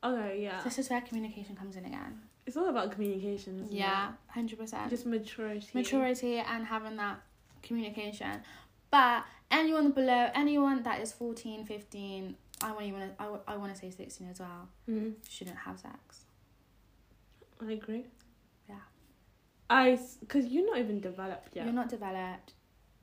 Speaker 1: Okay, yeah.
Speaker 2: this is where communication comes in again.
Speaker 1: It's all about communication. Isn't
Speaker 2: Yeah, hundred
Speaker 1: It?
Speaker 2: percent.
Speaker 1: Just maturity.
Speaker 2: Maturity and having that communication. But anyone below, anyone that is 14, 15, I want even I, wa- I want to say 16 as well,
Speaker 1: Mm,
Speaker 2: shouldn't have sex.
Speaker 1: I agree.
Speaker 2: Yeah.
Speaker 1: I because you're not even developed yet.
Speaker 2: You're not developed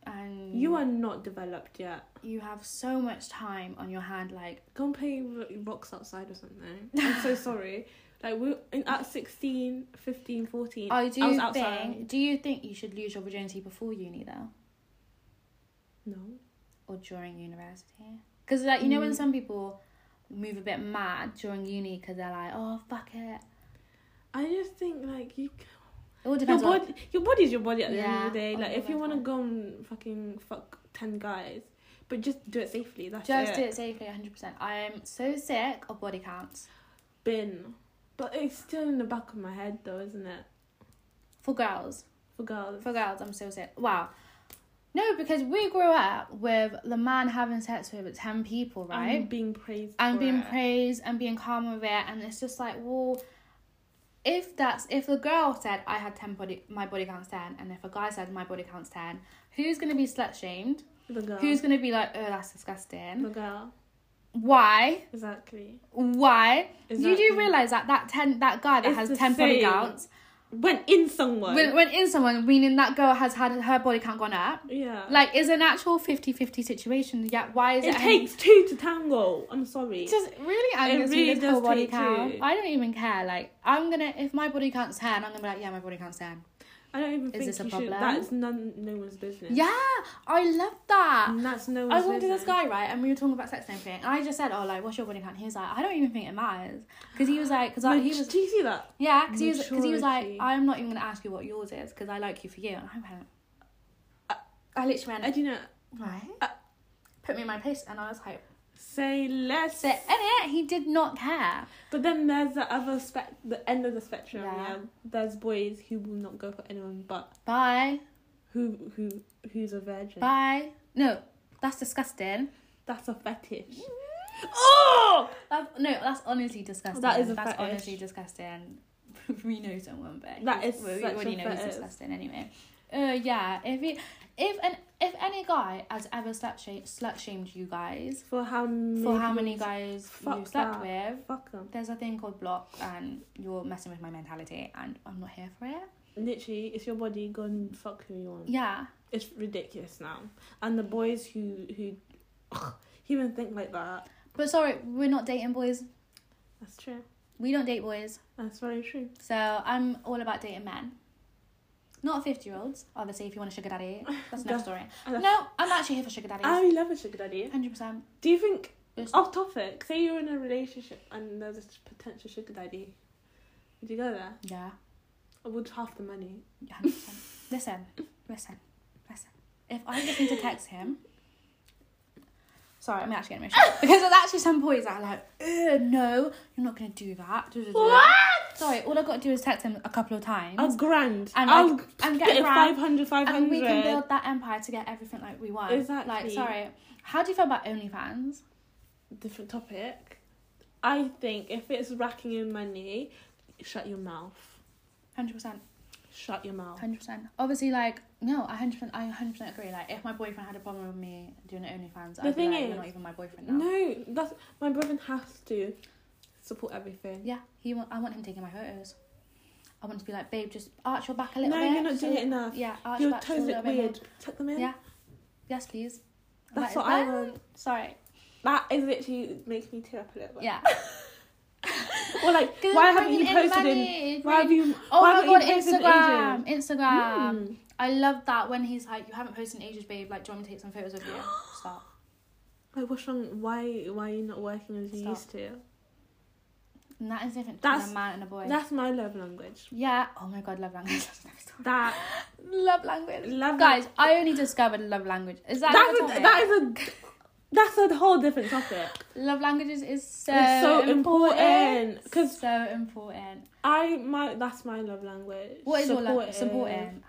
Speaker 2: and
Speaker 1: You are not developed yet.
Speaker 2: you have so much time on your hand like
Speaker 1: Go and play ro- rocks outside or something. I'm so sorry. Like we in, at 16, 15, 14.
Speaker 2: I Oh, do
Speaker 1: was
Speaker 2: think
Speaker 1: outside.
Speaker 2: do you think you should lose your virginity before uni though
Speaker 1: no.
Speaker 2: or during university? Cuz like you know when
Speaker 1: Mm.
Speaker 2: some people move a bit mad during uni cuz they're like, "Oh, fuck it."
Speaker 1: I just think like you c-
Speaker 2: It all
Speaker 1: your
Speaker 2: depends on
Speaker 1: body your body's your body at the end
Speaker 2: Yeah,
Speaker 1: of the day.
Speaker 2: on
Speaker 1: Like
Speaker 2: your
Speaker 1: if you
Speaker 2: mental
Speaker 1: wanna
Speaker 2: health.
Speaker 1: go and fucking fuck ten guys, but just do it safely. That's
Speaker 2: Just
Speaker 1: it.
Speaker 2: do it safely, 100%. I'm so sick of body counts.
Speaker 1: Bin. But it's still in the back of my head though, isn't it?
Speaker 2: For girls.
Speaker 1: For girls.
Speaker 2: For girls, I'm so sick. Wow. No, because we grew up with the man having sex with 10 people, right?
Speaker 1: And being praised.
Speaker 2: and
Speaker 1: for
Speaker 2: being
Speaker 1: it.
Speaker 2: praised and being calm with it. And it's just like, well, if that's if the girl said I had ten body my body count's ten, and if a guy said my body count's ten, who's gonna be slut shamed?
Speaker 1: The girl.
Speaker 2: Who's gonna be like, oh, that's disgusting?
Speaker 1: the girl?
Speaker 2: Why?
Speaker 1: Exactly.
Speaker 2: Why? You
Speaker 1: Exactly.
Speaker 2: do realize that that ten that guy that
Speaker 1: It's the
Speaker 2: has ten body
Speaker 1: same.
Speaker 2: counts
Speaker 1: When in someone.
Speaker 2: when, when in someone, meaning that girl has had her body count gone up.
Speaker 1: yeah.
Speaker 2: Like, is an actual 50-50 situation. Yeah, why is
Speaker 1: it,
Speaker 2: it?
Speaker 1: takes two to tango. I'm sorry.
Speaker 2: It just really angers
Speaker 1: really
Speaker 2: me. This whole
Speaker 1: does
Speaker 2: body
Speaker 1: take
Speaker 2: count.
Speaker 1: two.
Speaker 2: I don't even care. Like, I'm gonna if my body count's ten, I'm gonna be like, yeah, my body count's ten.
Speaker 1: I don't even
Speaker 2: Is
Speaker 1: think
Speaker 2: this a
Speaker 1: you should.
Speaker 2: problem?
Speaker 1: That's none, no one's business.
Speaker 2: Yeah, I love that.
Speaker 1: And that's no
Speaker 2: I
Speaker 1: one's
Speaker 2: was talking to
Speaker 1: business.
Speaker 2: this guy right, and we were talking about sex and everything, and I just said, "Oh, like, what's your body count?" He was like, "I don't even think it matters," because he was like, "Because
Speaker 1: Like,
Speaker 2: he was,
Speaker 1: do you see that?
Speaker 2: yeah, because he was, because he was like,
Speaker 1: Maturity.
Speaker 2: I'm not even gonna ask you what yours is, because I like you for you." And I went, I, Uh, I literally
Speaker 1: I
Speaker 2: went,
Speaker 1: do you know.
Speaker 2: right,
Speaker 1: uh,
Speaker 2: put me in my place, and I was like,
Speaker 1: Say less.
Speaker 2: so, and yeah, he did not care.
Speaker 1: But then there's the other spec, the end of the spectrum. Yeah.
Speaker 2: Yeah.
Speaker 1: There's boys who will not go for anyone but
Speaker 2: Bye,
Speaker 1: who who who's a virgin.
Speaker 2: bye. No, that's disgusting.
Speaker 1: That's a fetish. Oh,
Speaker 2: That's, no, that's honestly disgusting.
Speaker 1: That is a
Speaker 2: that's
Speaker 1: fetish.
Speaker 2: honestly disgusting. we know someone, but
Speaker 1: That
Speaker 2: he's-
Speaker 1: is
Speaker 2: we, we
Speaker 1: such
Speaker 2: already
Speaker 1: a
Speaker 2: know
Speaker 1: fetish.
Speaker 2: he's disgusting anyway. Uh, yeah. If he, if an if any guy has ever slut shamed slut shamed you guys
Speaker 1: for how many
Speaker 2: for how many guys you
Speaker 1: Fuck that.
Speaker 2: slept with,
Speaker 1: Fuck them.
Speaker 2: there's a thing called block, and you're messing with my mentality, and I'm not here for it.
Speaker 1: Literally, it's your body. Go and fuck who you want.
Speaker 2: Yeah.
Speaker 1: It's ridiculous now. And the boys who who even think like that.
Speaker 2: But sorry, we're not dating boys.
Speaker 1: That's true.
Speaker 2: We don't date boys.
Speaker 1: That's very true.
Speaker 2: So I'm all about dating men. Not 50 year olds, obviously, if you want a sugar daddy. That's another
Speaker 1: That's-
Speaker 2: story.
Speaker 1: that's-
Speaker 2: No, I'm actually here for sugar daddies.
Speaker 1: I love a sugar daddy.
Speaker 2: 100%.
Speaker 1: Do you think
Speaker 2: Yes.
Speaker 1: off topic? Say you're in a relationship and there's a potential sugar daddy. Would you go there?
Speaker 2: Yeah,
Speaker 1: I would half the money.
Speaker 2: 100%. listen, listen, listen. If I just need to text him, sorry, I'm actually getting emotional. because there's actually some boys that are like, "Ugh, no, you're not going to do that. Da, da, da. Sorry, all I've got to do is text him a couple of times.
Speaker 1: A grand.
Speaker 2: And I-
Speaker 1: I'll
Speaker 2: and get
Speaker 1: get
Speaker 2: a
Speaker 1: a
Speaker 2: grand.
Speaker 1: 500, 500.
Speaker 2: and we can build that empire to get everything like we want. Like,
Speaker 1: Exactly.
Speaker 2: sorry. How do you feel about OnlyFans?
Speaker 1: Different topic. I think if it's racking in money, shut your mouth.
Speaker 2: 100%.
Speaker 1: shut your mouth.
Speaker 2: Hundred percent. Obviously, like no, I hundred percent. I hundred percent agree. Like, if my boyfriend had a problem with me doing OnlyFans,
Speaker 1: The
Speaker 2: I'd
Speaker 1: thing
Speaker 2: be like,
Speaker 1: is-
Speaker 2: you're not even my boyfriend now.
Speaker 1: No, that's my brother has to support everything.
Speaker 2: Yeah, he. Want, I want him taking my photos. I want him to be like, babe, just arch your back a
Speaker 1: No,
Speaker 2: little bit.
Speaker 1: you're not
Speaker 2: so-
Speaker 1: doing it enough.
Speaker 2: Yeah, arch
Speaker 1: Your
Speaker 2: back just a
Speaker 1: toes
Speaker 2: little
Speaker 1: look
Speaker 2: bit more.
Speaker 1: weird. Tuck them in.
Speaker 2: Yeah. Yes, please. I'm
Speaker 1: That's
Speaker 2: like,
Speaker 1: what I
Speaker 2: "Um,
Speaker 1: want.
Speaker 2: Sorry.
Speaker 1: That is literally making me tear up a little bit.
Speaker 2: Yeah.
Speaker 1: Or like, why haven't you posted in? Why have you?
Speaker 2: Oh
Speaker 1: why
Speaker 2: my
Speaker 1: haven't
Speaker 2: god,
Speaker 1: you posted in
Speaker 2: Instagram, Instagram.
Speaker 1: Mm.
Speaker 2: I love that when he's like, "You haven't posted in ages, babe. Like, do you want me to take some photos of you?" Stop.
Speaker 1: Like, what's wrong? Why? Why are you not working as you
Speaker 2: Stop.
Speaker 1: used to?
Speaker 2: And that is different between
Speaker 1: That's-
Speaker 2: a man and a boy.
Speaker 1: That's my love language.
Speaker 2: yeah. Oh my god, love language.
Speaker 1: That
Speaker 2: love language.
Speaker 1: love.
Speaker 2: Guys, I only discovered love language. Is that
Speaker 1: that's
Speaker 2: another
Speaker 1: a,
Speaker 2: topic?
Speaker 1: that is a that's a whole different topic.
Speaker 2: love languages is so
Speaker 1: It's so important, 'cause-
Speaker 2: Because so important.
Speaker 1: I my that's my love language.
Speaker 2: What is your love?
Speaker 1: Supportive
Speaker 2: Supporting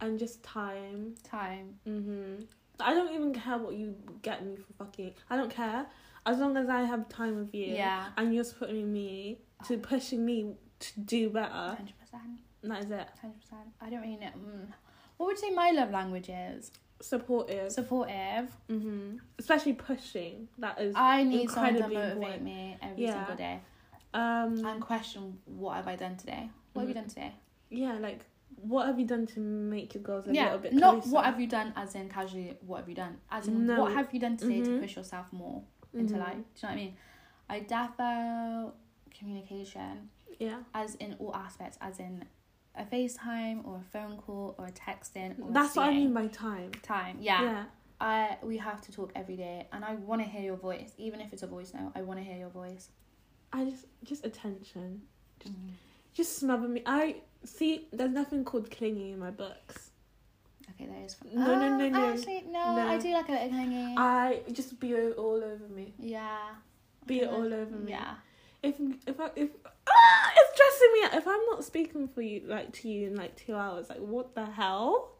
Speaker 1: and just time.
Speaker 2: time. Mm-hmm.
Speaker 1: Mhm. I don't even care what you get me for fucking. I don't care as long as I have time with you.
Speaker 2: Yeah.
Speaker 1: And you're supporting me to pushing me to do better.
Speaker 2: Hundred percent.
Speaker 1: And that is it.
Speaker 2: Hundred percent. I don't really know. Mm. What would you say my love language is?
Speaker 1: Supportive.
Speaker 2: Supportive.
Speaker 1: hmm Especially pushing. That is.
Speaker 2: mm-hmm. I need someone to
Speaker 1: incredibly
Speaker 2: motivate
Speaker 1: important.
Speaker 2: me every
Speaker 1: Yeah.
Speaker 2: single day
Speaker 1: um.
Speaker 2: and question what have I done today? What have you
Speaker 1: Mhm.
Speaker 2: done today?
Speaker 1: yeah. Like, what have you done to make your goals a
Speaker 2: yeah,
Speaker 1: little bit?
Speaker 2: not
Speaker 1: closer?
Speaker 2: what have you done as in casually what have you done as in
Speaker 1: No.
Speaker 2: what have you done today to
Speaker 1: Mhm.
Speaker 2: push yourself more into
Speaker 1: Mhm.
Speaker 2: life? Do you know what I mean? I defo communication
Speaker 1: Yeah.
Speaker 2: as in all aspects, as in a FaceTime or a phone call or a texting. Or a
Speaker 1: That's what I
Speaker 2: seeing.
Speaker 1: mean by time.
Speaker 2: Time, yeah. I we have to talk every day, and I want to hear your voice, even if it's a voice note. I want to hear your voice. Mm-hmm.
Speaker 1: I just just attention. Just smother me. I see. There's nothing called clinging in my books.
Speaker 2: Okay, that is fun.
Speaker 1: No, no, no,
Speaker 2: Ah,
Speaker 1: no.
Speaker 2: Actually, no,
Speaker 1: No.
Speaker 2: I do like a little hanging.
Speaker 1: I just be o- all over me.
Speaker 2: yeah.
Speaker 1: Be
Speaker 2: Okay,
Speaker 1: it all
Speaker 2: that's-
Speaker 1: over me.
Speaker 2: Mm-hmm. Yeah.
Speaker 1: If if I, if ah, it's stressing me out. If I'm not speaking for you like to you in like two hours, like what the hell?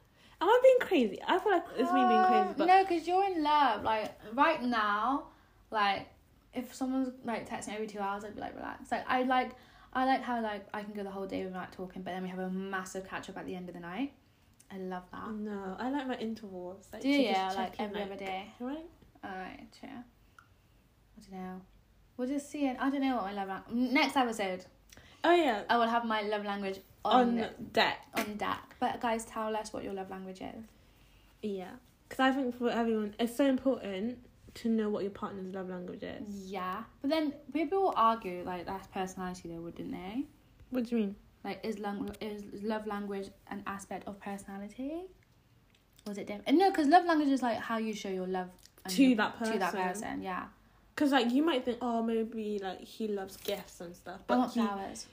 Speaker 1: Am I being crazy? I feel like it's me being crazy,
Speaker 2: Um,
Speaker 1: but
Speaker 2: no, because you're in love. Like right now, like if someone's like texting every two hours, I'd be like relax. Like I like I like how like I can go the whole day without talking, but then we have a massive catch up at the end of the night. I love that.
Speaker 1: no, I like my intervals. Like,
Speaker 2: Do
Speaker 1: to
Speaker 2: you?
Speaker 1: just
Speaker 2: Yeah,
Speaker 1: check
Speaker 2: like
Speaker 1: in,
Speaker 2: every other day.
Speaker 1: Right?
Speaker 2: Alright, true. I don't know. We'll just see it. I don't know what my love language. Next episode,
Speaker 1: Oh yeah,
Speaker 2: I will have my love language on
Speaker 1: on,
Speaker 2: on,
Speaker 1: deck.
Speaker 2: deck. But guys, tell us what your love language is.
Speaker 1: Yeah, because I think for everyone, it's so important to know what your partner's love language is.
Speaker 2: Yeah, but then people will argue like that's personality though, wouldn't they?
Speaker 1: What do you mean?
Speaker 2: Like, is lang- is love language an aspect of personality? Was it different? No, because love language is like how you show your love and
Speaker 1: To
Speaker 2: your-
Speaker 1: that
Speaker 2: To that
Speaker 1: person.
Speaker 2: person, yeah.
Speaker 1: Because like you might think, oh, maybe like he loves gifts and stuff,
Speaker 2: I
Speaker 1: but
Speaker 2: want
Speaker 1: he-
Speaker 2: flowers.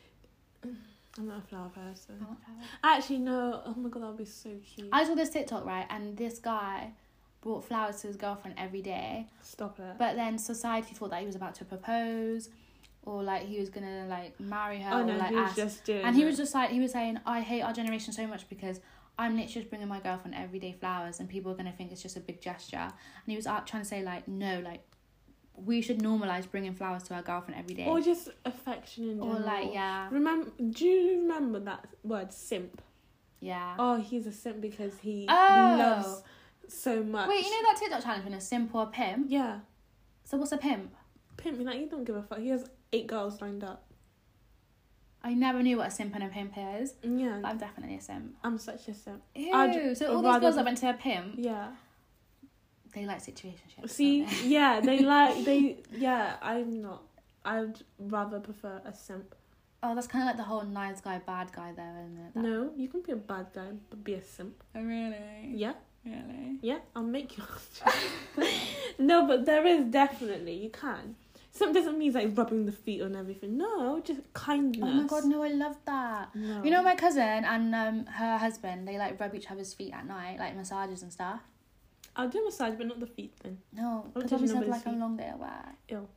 Speaker 1: I'm not a flower person.
Speaker 2: I want flowers.
Speaker 1: Actually, no. Oh my god, that would be so cute.
Speaker 2: Oh. I saw this TikTok right, and this guy brought flowers to his girlfriend every day,
Speaker 1: Stop it.
Speaker 2: but then society thought that he was about to propose, or like he was gonna like marry her,
Speaker 1: oh
Speaker 2: or
Speaker 1: no,
Speaker 2: like
Speaker 1: he was
Speaker 2: ask
Speaker 1: just doing.
Speaker 2: And he
Speaker 1: it.
Speaker 2: was just like, he was saying, I hate our generation so much because I'm literally just bringing my girlfriend everyday flowers and people are going to think it's just a big gesture. And he was out trying to say, like, no, like, we should normalize bringing flowers to our girlfriend every day.
Speaker 1: or just affection in
Speaker 2: Or,
Speaker 1: general.
Speaker 2: like, yeah,
Speaker 1: Remember? Do you remember that word simp?
Speaker 2: yeah.
Speaker 1: Oh, he's a simp because he
Speaker 2: Oh.
Speaker 1: loves so much.
Speaker 2: Wait, you know that TikTok challenge when a simp or a pimp?
Speaker 1: Yeah,
Speaker 2: So, what's a pimp?
Speaker 1: pimp. Like you don't give a fuck. He has eight girls lined up.
Speaker 2: I never knew what a simp and a pimp is,
Speaker 1: Yeah,
Speaker 2: but I'm definitely a simp.
Speaker 1: I'm such a simp.
Speaker 2: Ew.
Speaker 1: I'd
Speaker 2: so, all these
Speaker 1: rather-
Speaker 2: girls that went to a pimp,
Speaker 1: Yeah.
Speaker 2: they like situationships. don't
Speaker 1: See,
Speaker 2: they?
Speaker 1: yeah, they like they. Yeah, I'm not. I'd rather prefer a simp.
Speaker 2: Oh, that's kind of like the whole nice guy, bad guy, though, isn't it? That-
Speaker 1: No, you can be a bad guy but be a simp.
Speaker 2: Oh, really?
Speaker 1: Yeah,
Speaker 2: Really?
Speaker 1: yeah, I'll make you. no, but there is definitely you can. Simp doesn't mean like rubbing the feet on everything. No, just kindness.
Speaker 2: Oh my god, no, I love that.
Speaker 1: No.
Speaker 2: You know, my cousin and um, her husband, they like rub each other's feet at night, like massages and stuff.
Speaker 1: I'll do a massage, but not the feet then.
Speaker 2: No,
Speaker 1: Don't
Speaker 2: because
Speaker 1: touch
Speaker 2: obviously, I've,
Speaker 1: nobody's
Speaker 2: like a
Speaker 1: feet.
Speaker 2: long day at work.
Speaker 1: Ew.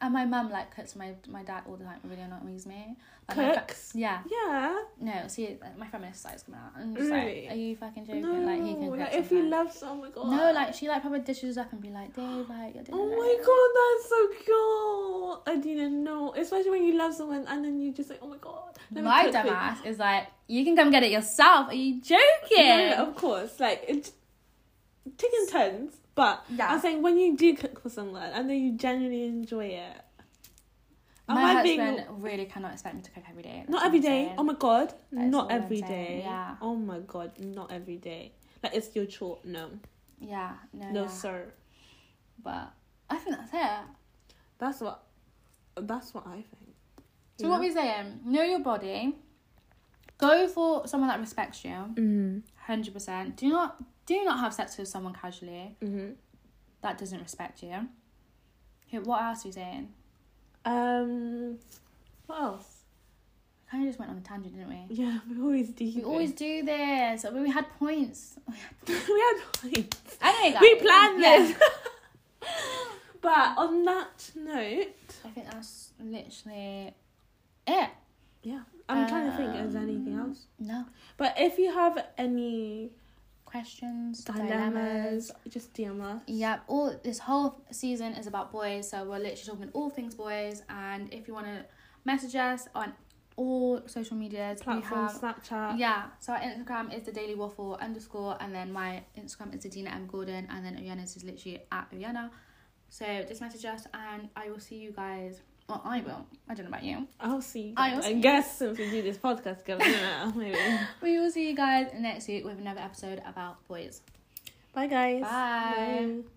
Speaker 2: and my mum like cooks for my my dad all the time. It really annoys me. Like, my fa-
Speaker 1: Cooks.
Speaker 2: yeah.
Speaker 1: Yeah.
Speaker 2: No, see, like, my feminist side's coming out. And I'm just
Speaker 1: Really?
Speaker 2: like, are you fucking joking?
Speaker 1: No,
Speaker 2: like, he can cook
Speaker 1: like, if he
Speaker 2: sometimes.
Speaker 1: loves, oh my god.
Speaker 2: No, like she like probably dishes up and be like, Dave, like your dinner.
Speaker 1: Oh my god, that's so cool. I didn't know. Especially when you love someone and then you just like, oh my god. let me
Speaker 2: My
Speaker 1: cook for you.
Speaker 2: dumbass is like, you can come get it yourself. Are you joking?
Speaker 1: Yeah, yeah, of course. Like, it, taking turns. But
Speaker 2: Yeah.
Speaker 1: I'm saying when you do cook for someone and then you genuinely enjoy it. Am
Speaker 2: my
Speaker 1: I being-
Speaker 2: husband really cannot expect me to cook every day. That's
Speaker 1: Not
Speaker 2: what
Speaker 1: every
Speaker 2: I'm
Speaker 1: day.
Speaker 2: saying.
Speaker 1: Oh my god.
Speaker 2: That's
Speaker 1: not
Speaker 2: what I'm
Speaker 1: every
Speaker 2: saying,
Speaker 1: day.
Speaker 2: yeah.
Speaker 1: Oh my god. Not every day. Like it's your chore. No.
Speaker 2: yeah, no,
Speaker 1: No,
Speaker 2: yeah.
Speaker 1: sir.
Speaker 2: But I think that's it.
Speaker 1: That's what. That's what I think.
Speaker 2: So what we're saying, know your body. Go for someone that respects you,
Speaker 1: Mm.
Speaker 2: hundred percent. Do not do not have sex with someone casually
Speaker 1: hmm
Speaker 2: that doesn't respect you. Okay, What else are you saying?
Speaker 1: Um. What else?
Speaker 2: Kind of just went on a tangent, didn't we?
Speaker 1: Yeah, we always do.
Speaker 2: We always do this. I mean, we had points.
Speaker 1: we had points.
Speaker 2: Anyway, guys,
Speaker 1: We planned
Speaker 2: yeah.
Speaker 1: this. but on that note,
Speaker 2: I think that's literally it.
Speaker 1: yeah, I'm trying to think. Is there anything
Speaker 2: Um,
Speaker 1: else?
Speaker 2: No
Speaker 1: But if you have any
Speaker 2: questions,
Speaker 1: dilemmas,
Speaker 2: dilemmas.
Speaker 1: just DM us.
Speaker 2: Yep, all this whole season is about boys, so we're literally talking all things boys. And if you want to message us on all social medias,
Speaker 1: Platform
Speaker 2: we have
Speaker 1: Snapchat.
Speaker 2: yeah. So our Instagram is the Daily Waffle underscore, and then my Instagram is Adina M Gordon, and then Oyana's is literally at Oyana. So just message us, and I will see you guys. Well, I will. I don't know about you.
Speaker 1: I'll see. You
Speaker 2: I
Speaker 1: guys.
Speaker 2: will
Speaker 1: I,
Speaker 2: see you.
Speaker 1: guess since we do this podcast together, now, maybe.
Speaker 2: We will see you guys next week with another episode about boys.
Speaker 1: Bye guys.
Speaker 2: Bye.